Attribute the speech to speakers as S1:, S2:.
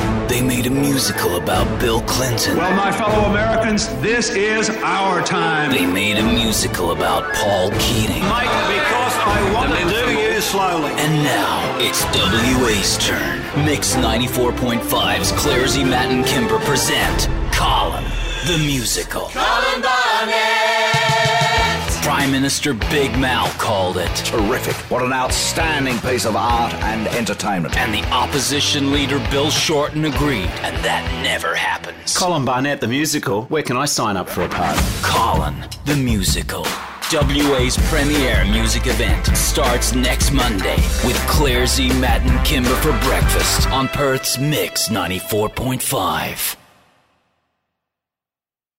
S1: they made a musical about Bill Clinton.
S2: Well, my fellow Americans, this is our time.
S1: They made a musical about Paul Keating.
S2: Mike, because I want to do you slowly.
S1: And now it's WA's turn. Mix 94.5's Clarzy E. Matt and Kimber present Colin the Musical.
S3: Colin Barnett!
S1: Prime Minister Big Mal called it.
S4: Terrific. What an outstanding piece of art and entertainment.
S1: And the opposition leader Bill Shorten agreed, and that never happens.
S5: Colin Barnett the Musical, where can I sign up for a part?
S1: Colin the Musical. WA's premiere music event starts next Monday with Claire Z. Matt and Kimber for breakfast on Perth's Mix 94.5.